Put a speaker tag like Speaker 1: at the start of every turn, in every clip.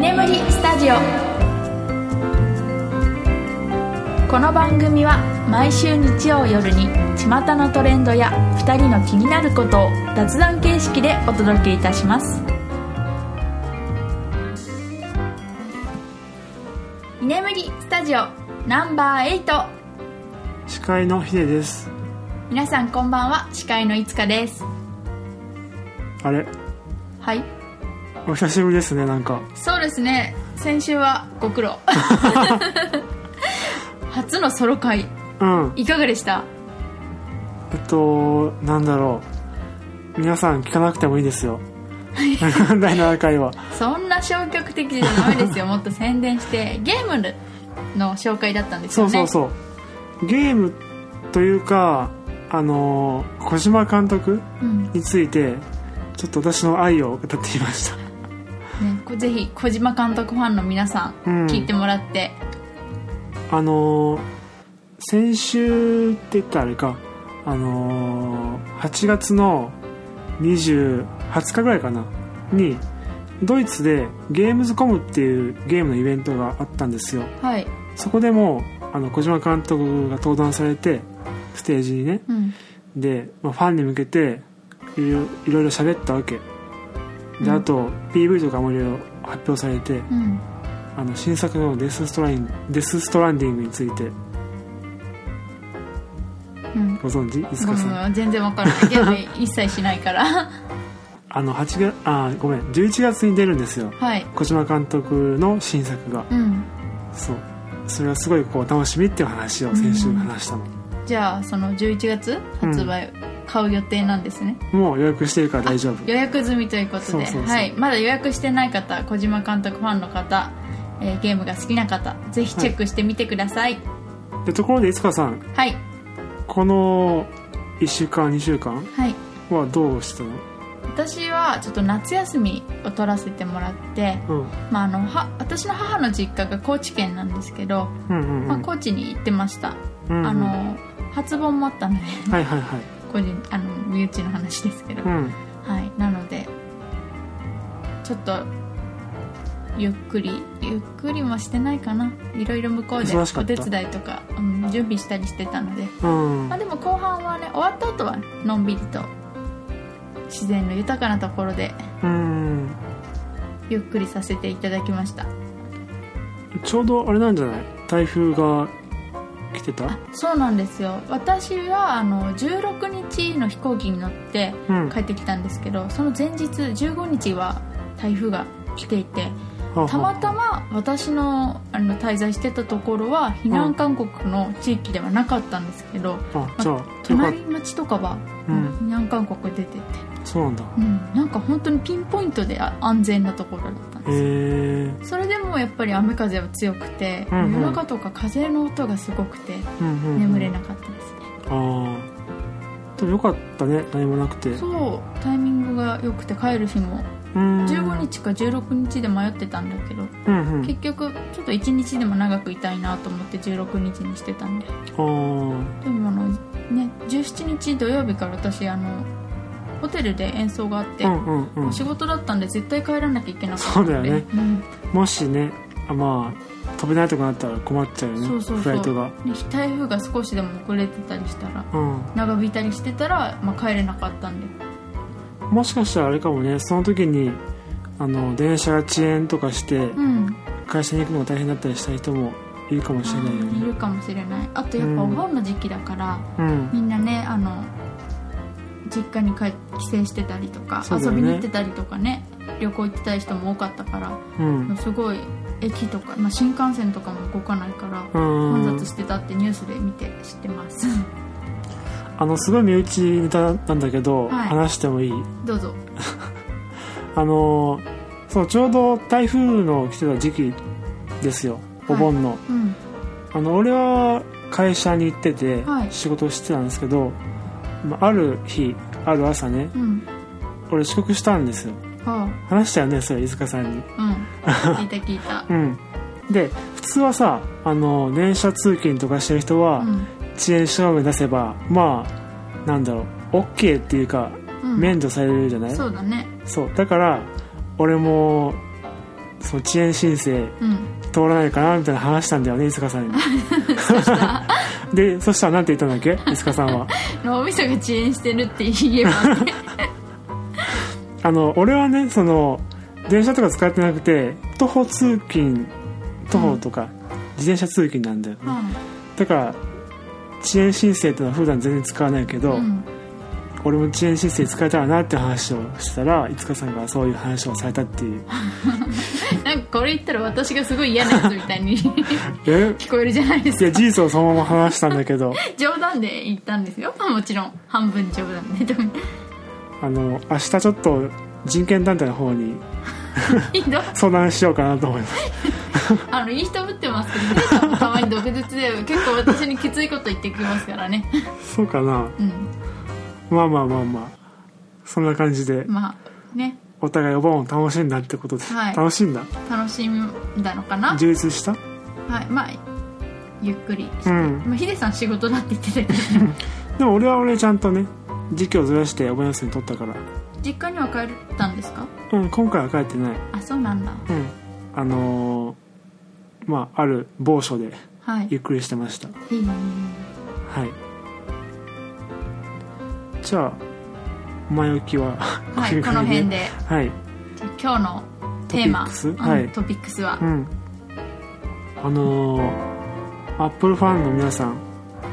Speaker 1: ジオこの番組は毎週日曜夜に巷のトレンドや2人の気になることを雑談形式でお届けいたします居眠りスタジオナンバー8
Speaker 2: 司会のヒデです
Speaker 1: 皆さんこんばんは司会のいつかです
Speaker 2: あれ
Speaker 1: はい
Speaker 2: お久しぶりですねなんか
Speaker 1: そうですね先週はご苦 労初のソロ会
Speaker 2: うん
Speaker 1: いかがでした
Speaker 2: えっとなんだろう皆さん聞かなくてもいいですよ 第7回は
Speaker 1: そんな消極的じゃダメですよ もっと宣伝してゲームの紹介だったんです
Speaker 2: そ
Speaker 1: よ
Speaker 2: う
Speaker 1: ね
Speaker 2: そうそうゲームというかあの小島監督
Speaker 1: うんね、
Speaker 2: についてちょっと私の愛を語っていました
Speaker 1: こぜひ小島監督ファンの皆さん、
Speaker 2: うん
Speaker 1: 聞いてもらって
Speaker 2: あのー先週って言ったらあれか、あのー8月の20、20日ぐらいかな、に、ドイツでゲームズコムっていうゲームのイベントがあったんですよ。
Speaker 1: はい、
Speaker 2: そこでも、あの、小島監督が登壇されて、ステージにね。
Speaker 1: うん、
Speaker 2: で、まあ、ファンに向けて、いろいろいろいろ喋ったわけ。
Speaker 1: うん
Speaker 2: で、あと、PV とかもいろいろ発表されて、
Speaker 1: うん、
Speaker 2: あの新作のデスストラインデス・ストランディングについて
Speaker 1: うん
Speaker 2: ご存知いつ
Speaker 1: ご
Speaker 2: か
Speaker 1: め
Speaker 2: さ
Speaker 1: んご
Speaker 2: ん
Speaker 1: めん全然わから ないゲーム一切しないから
Speaker 2: あの8月あごめん11月に出るんですよ
Speaker 1: はい
Speaker 2: 小島監督の新作が
Speaker 1: うん
Speaker 2: そうそれはすごいこう楽しみっていう話を先週話したの、
Speaker 1: じゃあその11月発売、買う予定なんですね
Speaker 2: もう予約してるから大丈夫
Speaker 1: 予約済みということで
Speaker 2: そうそうそう
Speaker 1: はい、まだ予約してない方小島監督ファンの方、えーゲームが好きな方ぜひチェックしてみてください
Speaker 2: でところでいつかさん
Speaker 1: はい
Speaker 2: この1週間2週間
Speaker 1: はい
Speaker 2: はどうしてたの
Speaker 1: 私はちょっと夏休みを取らせてもらって、
Speaker 2: うん
Speaker 1: まあ、あのは私の母の実家が高知県なんですけど、
Speaker 2: うんうんう
Speaker 1: まあ、
Speaker 2: ん
Speaker 1: 高知に行ってました、
Speaker 2: うんうん
Speaker 1: あの初盆もあったので
Speaker 2: はいはいはい
Speaker 1: 個人あの身内の話ですけど、
Speaker 2: うん
Speaker 1: はいなのでちょっとゆっくりゆっくりもしてないかないろいろ向こうで
Speaker 2: 忙しか
Speaker 1: お
Speaker 2: った
Speaker 1: 手伝いとか、うん、準備したりしてたので、
Speaker 2: うん
Speaker 1: まあ、でも後半はね終わった後はのんびりと自然の豊かなところで
Speaker 2: うん
Speaker 1: ゆっくりさせていただきました
Speaker 2: ちょうどあれなんじゃない台風が来てた
Speaker 1: あそうなんですよ私はあの16日の飛行機に乗って
Speaker 2: うん
Speaker 1: 帰ってきたんですけどその前日15日は台風が来ていてたまたま私のあの滞在してたところは避難勧告の地域ではなかったんですけど、
Speaker 2: あじゃあよかっ
Speaker 1: 隣町とかは、
Speaker 2: うん
Speaker 1: 避難勧告出てて、
Speaker 2: たそうなんだ
Speaker 1: うん、なんか本当にピンポイントであ安全なところだったん
Speaker 2: へ
Speaker 1: ですよ
Speaker 2: え
Speaker 1: それでもやっぱり雨風は強くて、
Speaker 2: うんうん
Speaker 1: 夜中とか風の音がすごくて
Speaker 2: うんうんうん
Speaker 1: 眠れなかったですね、
Speaker 2: ああでもよかったね何もなくてう
Speaker 1: そうタイミングが良くて帰る日も
Speaker 2: ん
Speaker 1: 15日か16日で迷ってたんだけど、
Speaker 2: うんうん
Speaker 1: 結局ちょっと1日でも長くいたいなと思って16日にしてたんで
Speaker 2: あ
Speaker 1: でもあのね17日土曜日から私あのホテルで演奏があって、
Speaker 2: あうんうんうん
Speaker 1: 仕事だったんで絶対帰らなきゃいけなかったんで
Speaker 2: そうだよね
Speaker 1: うん
Speaker 2: もしねあまあ飛べないとかなったら困っちゃうよね
Speaker 1: そうそうそう
Speaker 2: フライトが
Speaker 1: ね台風が少しでも遅れてたりしたら
Speaker 2: うん
Speaker 1: 長引いたりしてたら、まあ、帰れなかったんで
Speaker 2: もしかしたらあれかもねその時にあの電車が遅延とかして
Speaker 1: うん
Speaker 2: 会社に行くのが大変だったりした人もいるかもしれないよ
Speaker 1: い
Speaker 2: ね
Speaker 1: るかもしれないあとやっぱお盆の時期だから、
Speaker 2: うん
Speaker 1: みんなねあの実家に帰帰省してたりとか、
Speaker 2: そうだ
Speaker 1: 遊
Speaker 2: よね
Speaker 1: びに行ってたりとかね旅行行ってたり人も多かったから、
Speaker 2: うん
Speaker 1: すごい駅とか、まあ、新幹線とかも動かないから
Speaker 2: うん
Speaker 1: 混雑してたってニュースで見て知ってます
Speaker 2: あのすごい身内ネタなんだけど、
Speaker 1: はい
Speaker 2: 話してもいい
Speaker 1: どうぞ
Speaker 2: あのーそうちょうど台風の来てた時期ですよお盆の、
Speaker 1: うん
Speaker 2: あの俺は会社に行ってて
Speaker 1: はい
Speaker 2: 仕事をしてたんですけど、まあある日ある朝ね
Speaker 1: うん
Speaker 2: 俺遅刻したんですよ
Speaker 1: は
Speaker 2: 話したよねそれ飯塚さんに
Speaker 1: あうん聞いた聞い た
Speaker 2: うんで普通はさあの電車通勤とかしてる人は
Speaker 1: うん
Speaker 2: 遅延証明出せば、まあなんだろう OK っていうか
Speaker 1: うん
Speaker 2: 免除されるじゃない、
Speaker 1: そうだね
Speaker 2: そうだから俺もその遅延申請
Speaker 1: うん
Speaker 2: 通らないかなみたいな話したんだよね伊塚さんにでそしたらなんて言ったんだっけ伊塚さんは
Speaker 1: 脳みそが遅延してるって言えば
Speaker 2: あの俺はねその電車とか使ってなくて徒歩通勤徒歩とか自転車通勤なんだよ、だから遅延申請ってのは普段全然使わないけ
Speaker 1: う
Speaker 2: ど、
Speaker 1: んうん
Speaker 2: 俺も遅延申請使えたらなって話をしたらいつかさんがそういう話をされたっていう
Speaker 1: なんかこれ言ったら私がすごい嫌なやつみたいに 聞
Speaker 2: え
Speaker 1: こえるじゃないで
Speaker 2: い
Speaker 1: す
Speaker 2: や
Speaker 1: か
Speaker 2: 事実をそのまま話したんだけど
Speaker 1: 冗談で言ったんですよもちろん半分冗談ででも
Speaker 2: あの明日ちょっと人権団体の方に
Speaker 1: ひどい
Speaker 2: 相談しようかなと思います
Speaker 1: あのいい人ぶってますけどね多分たまに毒舌で結構私にきついこと言ってきますからね
Speaker 2: そうかな
Speaker 1: うん
Speaker 2: まあまあまあまあそんな感じで
Speaker 1: まあね
Speaker 2: お互いお盆を楽しんだってことで、
Speaker 1: はい
Speaker 2: 楽しんだ
Speaker 1: 楽しんだのかなはい
Speaker 2: 充実した
Speaker 1: まあゆっくりして、
Speaker 2: うん
Speaker 1: まあ、ヒデさん仕事だって言ってたけど
Speaker 2: でも俺は俺ちゃんとね時期をずらしてお盆休み取ったから
Speaker 1: 実家には帰ったんですか
Speaker 2: うん今回は帰ってない
Speaker 1: あそうなんだ
Speaker 2: うんあのーまあある某所で
Speaker 1: はい
Speaker 2: ゆっくりしてました
Speaker 1: いいね
Speaker 2: はいじゃあ前置きは
Speaker 1: はいこの辺で
Speaker 2: はい
Speaker 1: じゃあ今日のテーマ
Speaker 2: トピックス
Speaker 1: うん
Speaker 2: はい
Speaker 1: トピックスは
Speaker 2: うんあのーアップルファンの皆さん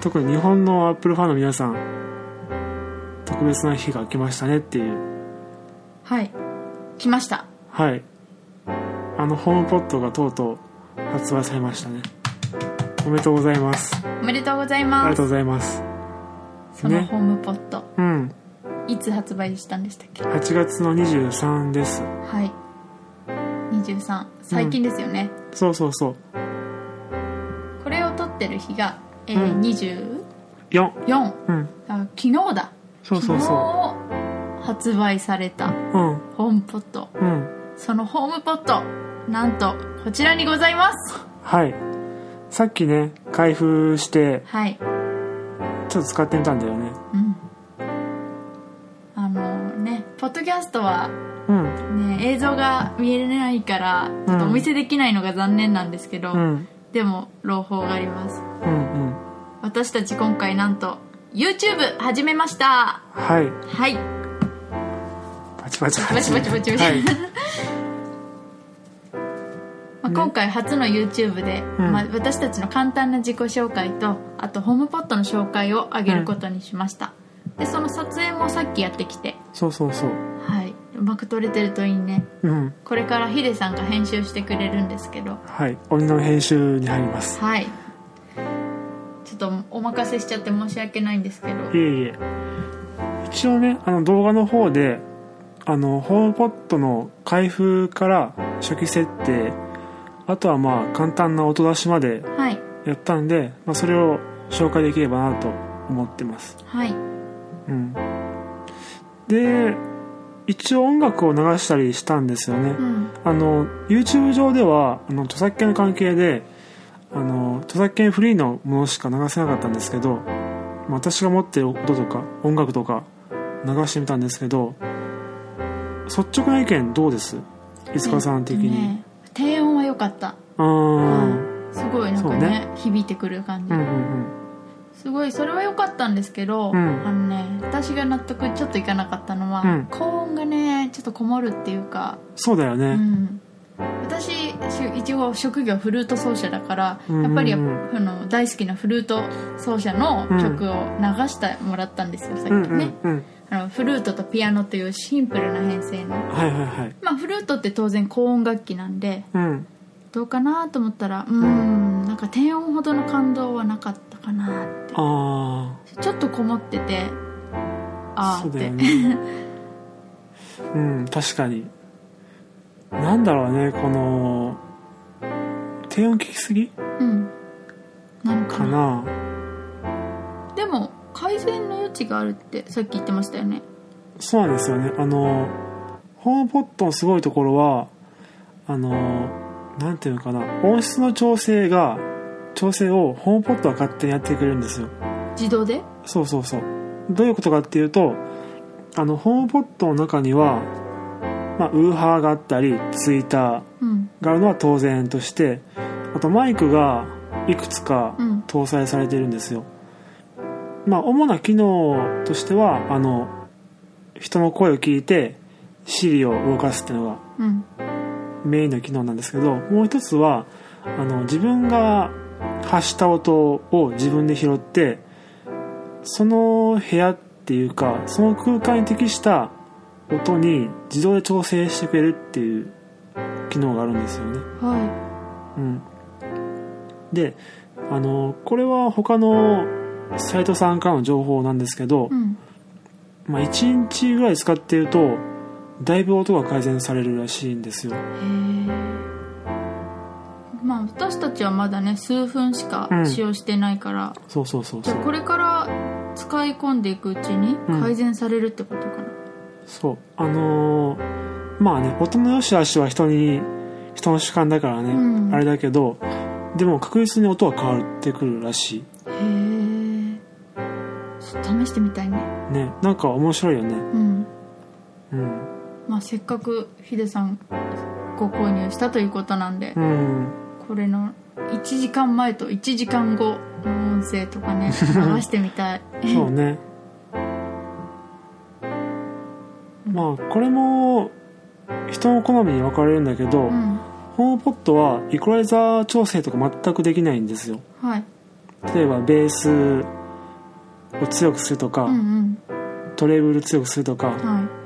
Speaker 2: 特に日本のアップルファンの皆さん特別な日が来ましたねっていう
Speaker 1: はい来ました
Speaker 2: はいあのホームポットがとうとう発売されましたねおめでとうございます
Speaker 1: おめでとうござい
Speaker 2: あり
Speaker 1: ま
Speaker 2: が
Speaker 1: す
Speaker 2: とうございます
Speaker 1: そのホームポット、
Speaker 2: うん
Speaker 1: いつ発売したんでしたっけ
Speaker 2: 8月の23です
Speaker 1: はい23最近ですよね、
Speaker 2: そうそうそう
Speaker 1: これを撮ってる日が、え
Speaker 2: うん
Speaker 1: ー
Speaker 2: 4
Speaker 1: 24
Speaker 2: うん
Speaker 1: あ昨日だ
Speaker 2: そうそうそ
Speaker 1: 昨日発売された
Speaker 2: ううん
Speaker 1: ホームポット
Speaker 2: うん
Speaker 1: そのホームポットなんとこちらにございます
Speaker 2: はいさっきね開封して
Speaker 1: はい
Speaker 2: ちょっと使ってみたんだよね
Speaker 1: うんあのねポッドキャストは
Speaker 2: うん
Speaker 1: ね映像が見えないからちょっとお見せできないのが残念なんですけど、
Speaker 2: うん
Speaker 1: でも朗報があります
Speaker 2: うんうん
Speaker 1: 私たち今回なんと YouTube 始めました
Speaker 2: はい
Speaker 1: はい
Speaker 2: パチパチ
Speaker 1: バチバチバチバチ、
Speaker 2: はい、
Speaker 1: まあ、今回初の YouTube で、
Speaker 2: うん
Speaker 1: まあ、私たちの簡単な自己紹介とあとホームポットの紹介を上げることにしました、でその撮影もさっきやってきて
Speaker 2: そうそうそう
Speaker 1: はいうまく撮れてるといいね
Speaker 2: うん
Speaker 1: これからヒデさんが編集してくれるんですけど
Speaker 2: はい鬼の編集に入ります
Speaker 1: はいちょっとお任せしちゃって申し訳ないんですけど
Speaker 2: いえいえ一応ねあの動画の方であのホームポットの開封から初期設定あとはまあ簡単な音出しまで
Speaker 1: はい
Speaker 2: やったんで、まあ、それを紹介できればなと思ってます
Speaker 1: はい
Speaker 2: うん、で一応音楽を流したりしたんですよね、
Speaker 1: うん
Speaker 2: あの YouTube 上ではあの著作権の関係であの著作権フリーのものしか流せなかったんですけど、まあ私が持ってる音とか音楽とか流してみたんですけど率直な意見どうですいつかさん的に、
Speaker 1: えっとね低音は良かった
Speaker 2: あー
Speaker 1: すごいなんか
Speaker 2: そう
Speaker 1: ね
Speaker 2: ね
Speaker 1: 響いてくる感じ、
Speaker 2: うんうん
Speaker 1: すごいそれは良かったんですけど、
Speaker 2: うん
Speaker 1: あのね私が納得ちょっといかなかったのは、
Speaker 2: うん
Speaker 1: 高音がねちょっとこもるっていうか、
Speaker 2: そうだよ
Speaker 1: う
Speaker 2: ね
Speaker 1: ん、私し一応職業フルート奏者だから、
Speaker 2: うんうんうん
Speaker 1: やっぱりあの大好きなフルート奏者の曲を流してもらったんですよ、さっき
Speaker 2: う
Speaker 1: ね、
Speaker 2: んうんうん
Speaker 1: あのフルートとピアノというシンプルな編成の
Speaker 2: はいはいはい
Speaker 1: まあフルートって当然高音楽器なんで
Speaker 2: うん
Speaker 1: どうかなと思ったらうんなんか低音ほどの感動はなかったかなって
Speaker 2: あ
Speaker 1: ちょっとこもってて
Speaker 2: あ
Speaker 1: あ
Speaker 2: そ
Speaker 1: ー
Speaker 2: う
Speaker 1: って
Speaker 2: だ よねうん確かになんだろうねこの低音聞きすぎ
Speaker 1: うんなのか
Speaker 2: か
Speaker 1: な
Speaker 2: な
Speaker 1: でも改善の余地があるってさっき言ってましたよね
Speaker 2: そうなんですよねあのホームポットのすごいところはあのなんていうのかな音質の調整が調整をホームポットは勝手にやってくれるんですよ
Speaker 1: 自動で
Speaker 2: そうそうそうどういうことかっていうとあのホームポットの中には、まあ、ウーハーがあったりツイッター
Speaker 1: うん
Speaker 2: があるのは当然としてあとマイクがいくつか
Speaker 1: うん
Speaker 2: 搭載されてるんですよ、まあ主な機能としてはあの人の声を聞いて Siri を動かすっていうのが
Speaker 1: うん
Speaker 2: メインの機能なんですけどもう一つはあの自分が発した音を自分で拾ってその部屋っていうかその空間に適した音に自動で調整してくれるっていう機能があるんですよね。
Speaker 1: は
Speaker 2: うん、であのこれは他のサイトさんからの情報なんですけど
Speaker 1: い、うん
Speaker 2: まあ、1日ぐらい使っているとだいぶ音が改善されるらしいんですよ。
Speaker 1: へえまあ私たちはまだね数分しか
Speaker 2: うん
Speaker 1: 使用してないから、
Speaker 2: そうそうそう
Speaker 1: じ
Speaker 2: そ
Speaker 1: ゃ
Speaker 2: う
Speaker 1: あこれから使い込んでいくうちに
Speaker 2: うん
Speaker 1: 改善されるってことかな、
Speaker 2: そうあのーまあね音の良し悪しは人に人の主観だからね、
Speaker 1: うん
Speaker 2: あれだけどでも確実に音は変わってくるらし
Speaker 1: へえちょっと試してみたいね
Speaker 2: いねなんか面白いよね
Speaker 1: うん
Speaker 2: うん、
Speaker 1: まあせっかくヒデさんご購入したということなんで、
Speaker 2: うん、
Speaker 1: これの1時間前と1時間後の音声とか ね流してみたい
Speaker 2: そうねまあこれも人の好みに分かれるんだけど、
Speaker 1: うん
Speaker 2: ホームポットはイコライザー調整とか全くできないんですよ
Speaker 1: はい
Speaker 2: 例えばベースを強くするとか、
Speaker 1: うんうん
Speaker 2: トレーブル強くするとか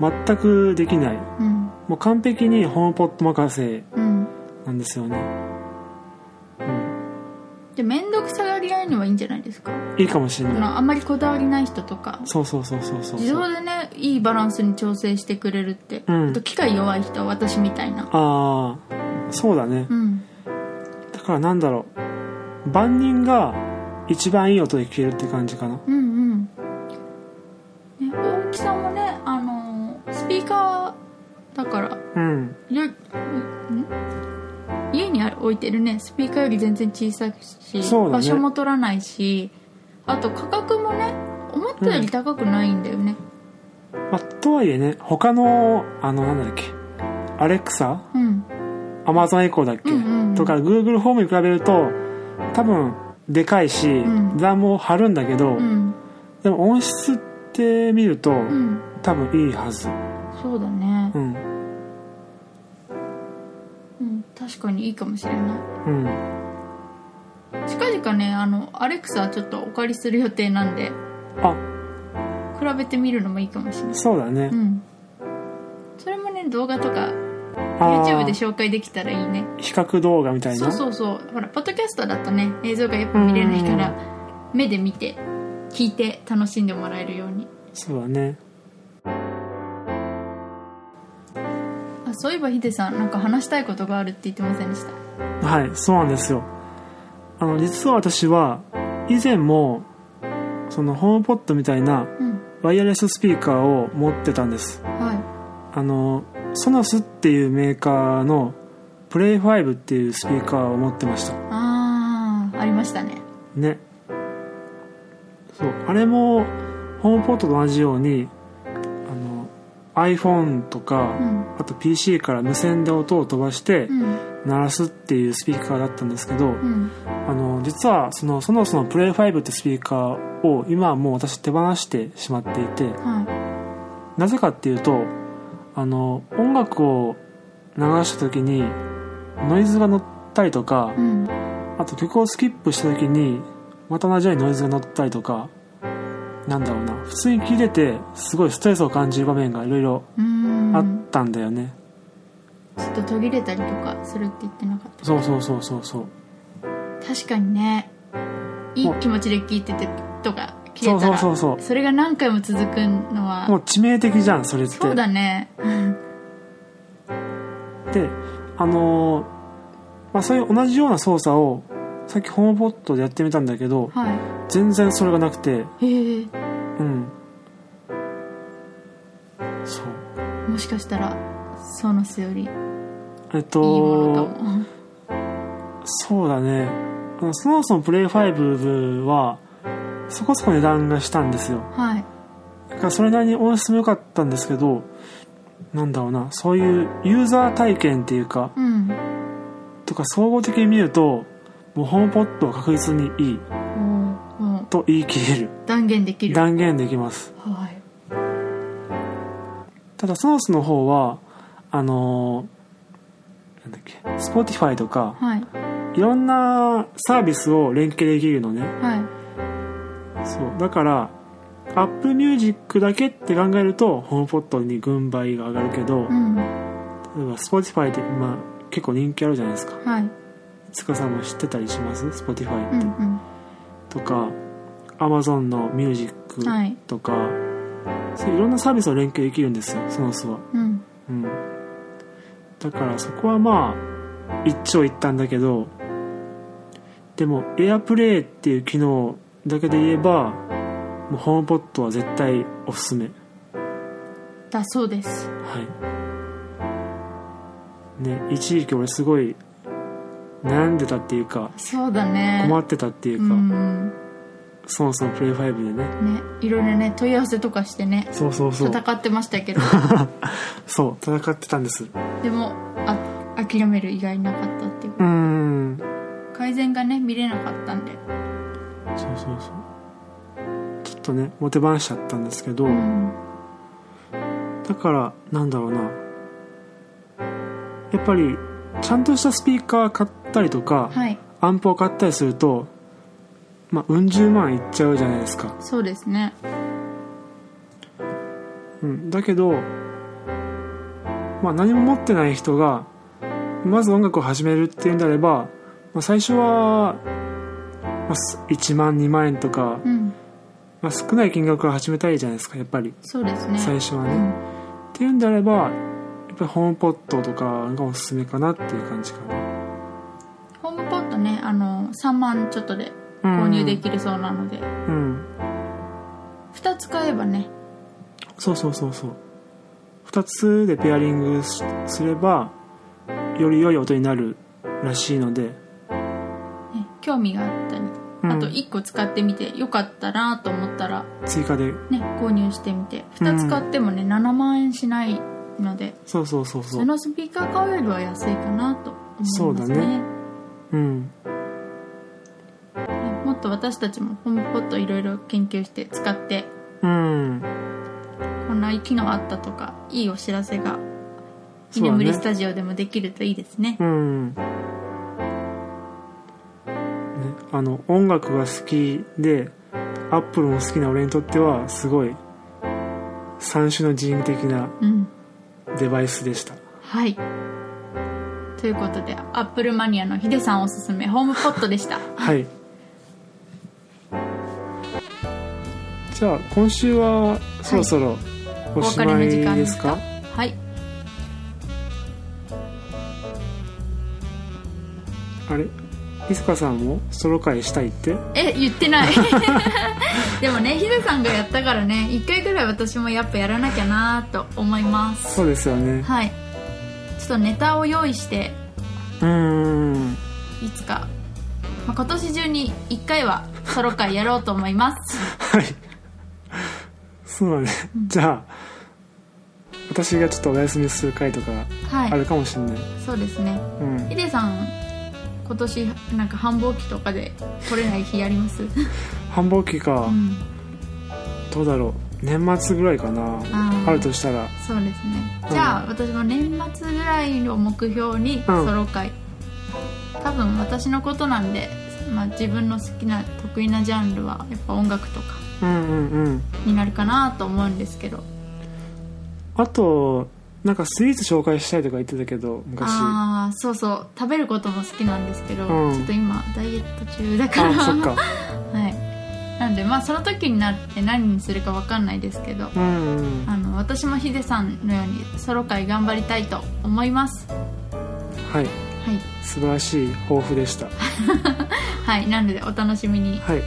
Speaker 1: は
Speaker 2: 全くできない
Speaker 1: いうん
Speaker 2: もう完璧にホームポット任せ
Speaker 1: うん
Speaker 2: なんですよね。うん。
Speaker 1: で面倒くさがり屋にはいいんじゃないですか
Speaker 2: いいかもしれ
Speaker 1: あ
Speaker 2: ない。
Speaker 1: のあんまりこだわりない人とか
Speaker 2: そうそうそうそうそう。
Speaker 1: 自動でねいいバランスに調整してくれるって、
Speaker 2: うん
Speaker 1: あと機械弱い人私みたいな
Speaker 2: ああ、そうだね
Speaker 1: う。ん
Speaker 2: だからなんだろう。万人が一番いい音で聴けるって感じかな。
Speaker 1: うんうん、ね、大木さんもねあのースピーカーだから
Speaker 2: うん。
Speaker 1: よん家に置いてるねスピーカーより全然小さくし、
Speaker 2: そうだね
Speaker 1: 場所も取らないしあと価格もね思ったより高くないんだよね、
Speaker 2: まあ、とはいえね、他の、あの、なんだっけ。アレクサ
Speaker 1: うん、
Speaker 2: アマゾンエコーだっけ、
Speaker 1: うんうんうん
Speaker 2: とか、Google ホームに比べると、多分、でかいし、
Speaker 1: ん
Speaker 2: 値段も張るんだけ
Speaker 1: う
Speaker 2: ど、
Speaker 1: ん
Speaker 2: でも音質って見ると、
Speaker 1: うん
Speaker 2: 多分いいはず。
Speaker 1: そうだね
Speaker 2: う、ん。
Speaker 1: うん、確かにいいかもしれない
Speaker 2: うん。
Speaker 1: 近々ねあのアレクサちょっとお借りする予定なんで
Speaker 2: あ
Speaker 1: 比べてみるのもいいかもしれない
Speaker 2: そうだね、
Speaker 1: うんそれもね動画とか
Speaker 2: あー
Speaker 1: YouTube で紹介できたらいいね
Speaker 2: 比較動画みたいな
Speaker 1: そうそうそうほらポッドキャストだとね映像がやっぱ見れないから目で見て聞いて楽しんでもらえるように
Speaker 2: そうだね
Speaker 1: あそういえばヒデさんなんか話したいことがあるって言ってませんでした
Speaker 2: はいそうなんですよあの実は私は以前もそのホームポットみたいな
Speaker 1: うん
Speaker 2: ワイヤレススピーカーを持ってたんです
Speaker 1: は
Speaker 2: あのソノスっていうメーカーのプレイ5っていうスピーカーを持ってまし
Speaker 1: い
Speaker 2: た
Speaker 1: あーありましたね
Speaker 2: ねそうあれもホームポットと同じようにあの iPhone とか、
Speaker 1: うん
Speaker 2: あと PC から無線で音を飛ばして
Speaker 1: うん
Speaker 2: 鳴らすっていうスピーカーだったんですけど、
Speaker 1: うん
Speaker 2: あの実はそのそもそもプレイ5ってスピーカーを今はもう私手放してしまっていて
Speaker 1: は
Speaker 2: なぜかっていうとあの音楽を流した時にノイズが乗ったりとか
Speaker 1: いうん
Speaker 2: あと曲をスキップした時にまた同じようにノイズが乗ったりとかなんだろうな普通に聴いててすごいストレスを感じる場面がいろいろ
Speaker 1: うーん
Speaker 2: あったんだよね、
Speaker 1: ちょっと途切れたりとかするって言ってなかっ
Speaker 2: そうそうそうそうそう
Speaker 1: た確かにねいい気持ちで聞いててとか切
Speaker 2: そ
Speaker 1: れ
Speaker 2: う
Speaker 1: た
Speaker 2: そう
Speaker 1: ら
Speaker 2: そうそう
Speaker 1: それが何回も続くの
Speaker 2: もう
Speaker 1: は
Speaker 2: 致命的じゃんそれって
Speaker 1: そうだね
Speaker 2: であのーまあ、そういう同じような操作をさっきホームポットでやってみたんだけど
Speaker 1: は
Speaker 2: 全然それがなくて
Speaker 1: いへえ
Speaker 2: うんそう
Speaker 1: もしかしたらソノスよりいい
Speaker 2: えっ
Speaker 1: もの
Speaker 2: と
Speaker 1: かも
Speaker 2: そうだねあのそもそもプレイ5はそこそこ値段がしたんですよ
Speaker 1: はい
Speaker 2: だからそれなりに音質も良かったんですけどなんだろうなそういうユーザー体験っていうか
Speaker 1: うん
Speaker 2: か総合的に見るともうホームポットは確実にいい
Speaker 1: おーも
Speaker 2: と言い切れる
Speaker 1: う断言できる
Speaker 2: 断言できます
Speaker 1: はい
Speaker 2: ただソースの方はあのーなんだっけ Spotify とか
Speaker 1: はい
Speaker 2: いろんなサービスを連携できるのね
Speaker 1: はい
Speaker 2: そうだから Apple Music だけって考えるとホームポットに軍配が上がるけど、
Speaker 1: うん
Speaker 2: 例えば Spotify って、まあ、結構人気あるじゃないですか
Speaker 1: はい
Speaker 2: 塚さんも知ってたりします Spotify
Speaker 1: う
Speaker 2: って、
Speaker 1: ん
Speaker 2: とか Amazon のミュージッ
Speaker 1: はい
Speaker 2: クとか、そういろんなサービスを連携できるんですよそのスは、
Speaker 1: うんうん
Speaker 2: うん、だからそこはまあ一長一短だけどでも AirPlay っていう機能だけで言えばもうホームポットは絶対おすすめ
Speaker 1: だそうです
Speaker 2: はいね一時期俺すごい悩んでたっていうか
Speaker 1: そうだね
Speaker 2: 困ってたっていう
Speaker 1: う
Speaker 2: か、
Speaker 1: ん
Speaker 2: そもそもプレイ5でね
Speaker 1: ねいろいろね問い合わせとかしてね
Speaker 2: そうそうそう
Speaker 1: 戦ってましたけど
Speaker 2: そう戦ってたんです
Speaker 1: でもあ諦める意外なかったっていう
Speaker 2: うーん
Speaker 1: 改善がね見れなかったんで
Speaker 2: そうそうそうちょっとねモテ番しちゃったんですけど、
Speaker 1: うん
Speaker 2: だからなんだろうなやっぱりちゃんとしたスピーカー買ったりとか、
Speaker 1: はい
Speaker 2: アンプを買ったりするとまあうん十万いっちゃうじゃないですか
Speaker 1: そうですね
Speaker 2: うん、だけど、まあ、何も持ってない人がまず音楽を始めるっていうんであれば、まあ、最初は、まあ、す1万2万円とか、
Speaker 1: うん
Speaker 2: まあ、少ない金額から始めたいじゃないですかやっぱり
Speaker 1: そうですね
Speaker 2: 最初は
Speaker 1: う
Speaker 2: ね。
Speaker 1: ん
Speaker 2: っていうんであればやっぱりホームポットとかがおすすめかなっていう感じかな。
Speaker 1: ホームポットねあの3万ちょっとで購入できるそうなので、
Speaker 2: うん、
Speaker 1: 2つ買えばね
Speaker 2: そうそうそうそう2つでペアリングしすればより良い音になるらしいので、
Speaker 1: ね興味があったり、
Speaker 2: うん
Speaker 1: あと1個使ってみてよかったなと思ったら
Speaker 2: 追加で
Speaker 1: ね購入してみて2つ買ってもね、7万円しないので
Speaker 2: そうそうそうそう
Speaker 1: そのスピーカー買うよりは安いかなと思いますね
Speaker 2: そうだねうん
Speaker 1: ねもっと私たちもホームポットいろいろ研究して使って
Speaker 2: うん
Speaker 1: こんな機能あったとかいいお知らせが居
Speaker 2: そうだね
Speaker 1: 眠りスタジオでもできるといいですね
Speaker 2: うん、ね、あの音楽が好きでアップルも好きな俺にとってはすごい三種の神器的な
Speaker 1: うん
Speaker 2: デバイスでした
Speaker 1: はいということでアップルマニアのヒデさんおすすめホームポットで した
Speaker 2: はいじゃあ今週はそろそろおしまいですか、
Speaker 1: はい
Speaker 2: あれいつかさんもソロ会したいって
Speaker 1: え言ってない でもねヒデさんがやったからね1回ぐらい私もやっぱやらなきゃなと思います
Speaker 2: そうですよね
Speaker 1: はいちょっとネタを用意して
Speaker 2: うん
Speaker 1: いつか、まあ、今年中に1回はソロ会やろうと思います
Speaker 2: はい。そうだね。じゃあ、私がちょっとお休みする回とか
Speaker 1: は
Speaker 2: あ
Speaker 1: い
Speaker 2: るかもしれない。
Speaker 1: そうですね
Speaker 2: うん
Speaker 1: ヒ。デさん今年なんか繁忙期とかで来れない日あります
Speaker 2: 繁忙期か
Speaker 1: う、ん
Speaker 2: どうだろう。年末ぐらいかな。
Speaker 1: あー
Speaker 2: あるとしたら。
Speaker 1: そうですね
Speaker 2: うん
Speaker 1: じゃあ私も年末ぐらいを目標にソロ会、多分私のことなんで、まあ、自分の好きな得意なジャンルはやっぱ音楽とか
Speaker 2: うんうんうん。
Speaker 1: になるかなと思うんですけど
Speaker 2: あと、なんかスイーツ紹介したいとか言ってたけど、昔。あ
Speaker 1: ああそうそう食べることも好きなんですけど、
Speaker 2: うん
Speaker 1: ちょっと今ダイエット中だから
Speaker 2: あ、そっか。
Speaker 1: はいなんでまあその時になって何にするか分かんないですけど
Speaker 2: うんうん。
Speaker 1: あの私もヒデさんのようにソロ会頑張りたいと思いますは
Speaker 2: はい。
Speaker 1: い
Speaker 2: 素晴らしい抱負でした。
Speaker 1: はいなのでお楽しみに
Speaker 2: はい。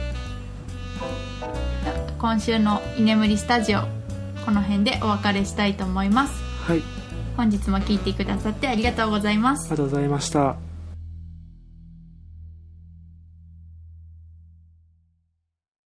Speaker 1: 今週の「居眠りスタジオ」この辺でお別れしたいと思います
Speaker 2: はい。
Speaker 1: 本日も聞いてくださってありがとうございます
Speaker 2: ありがとうございました。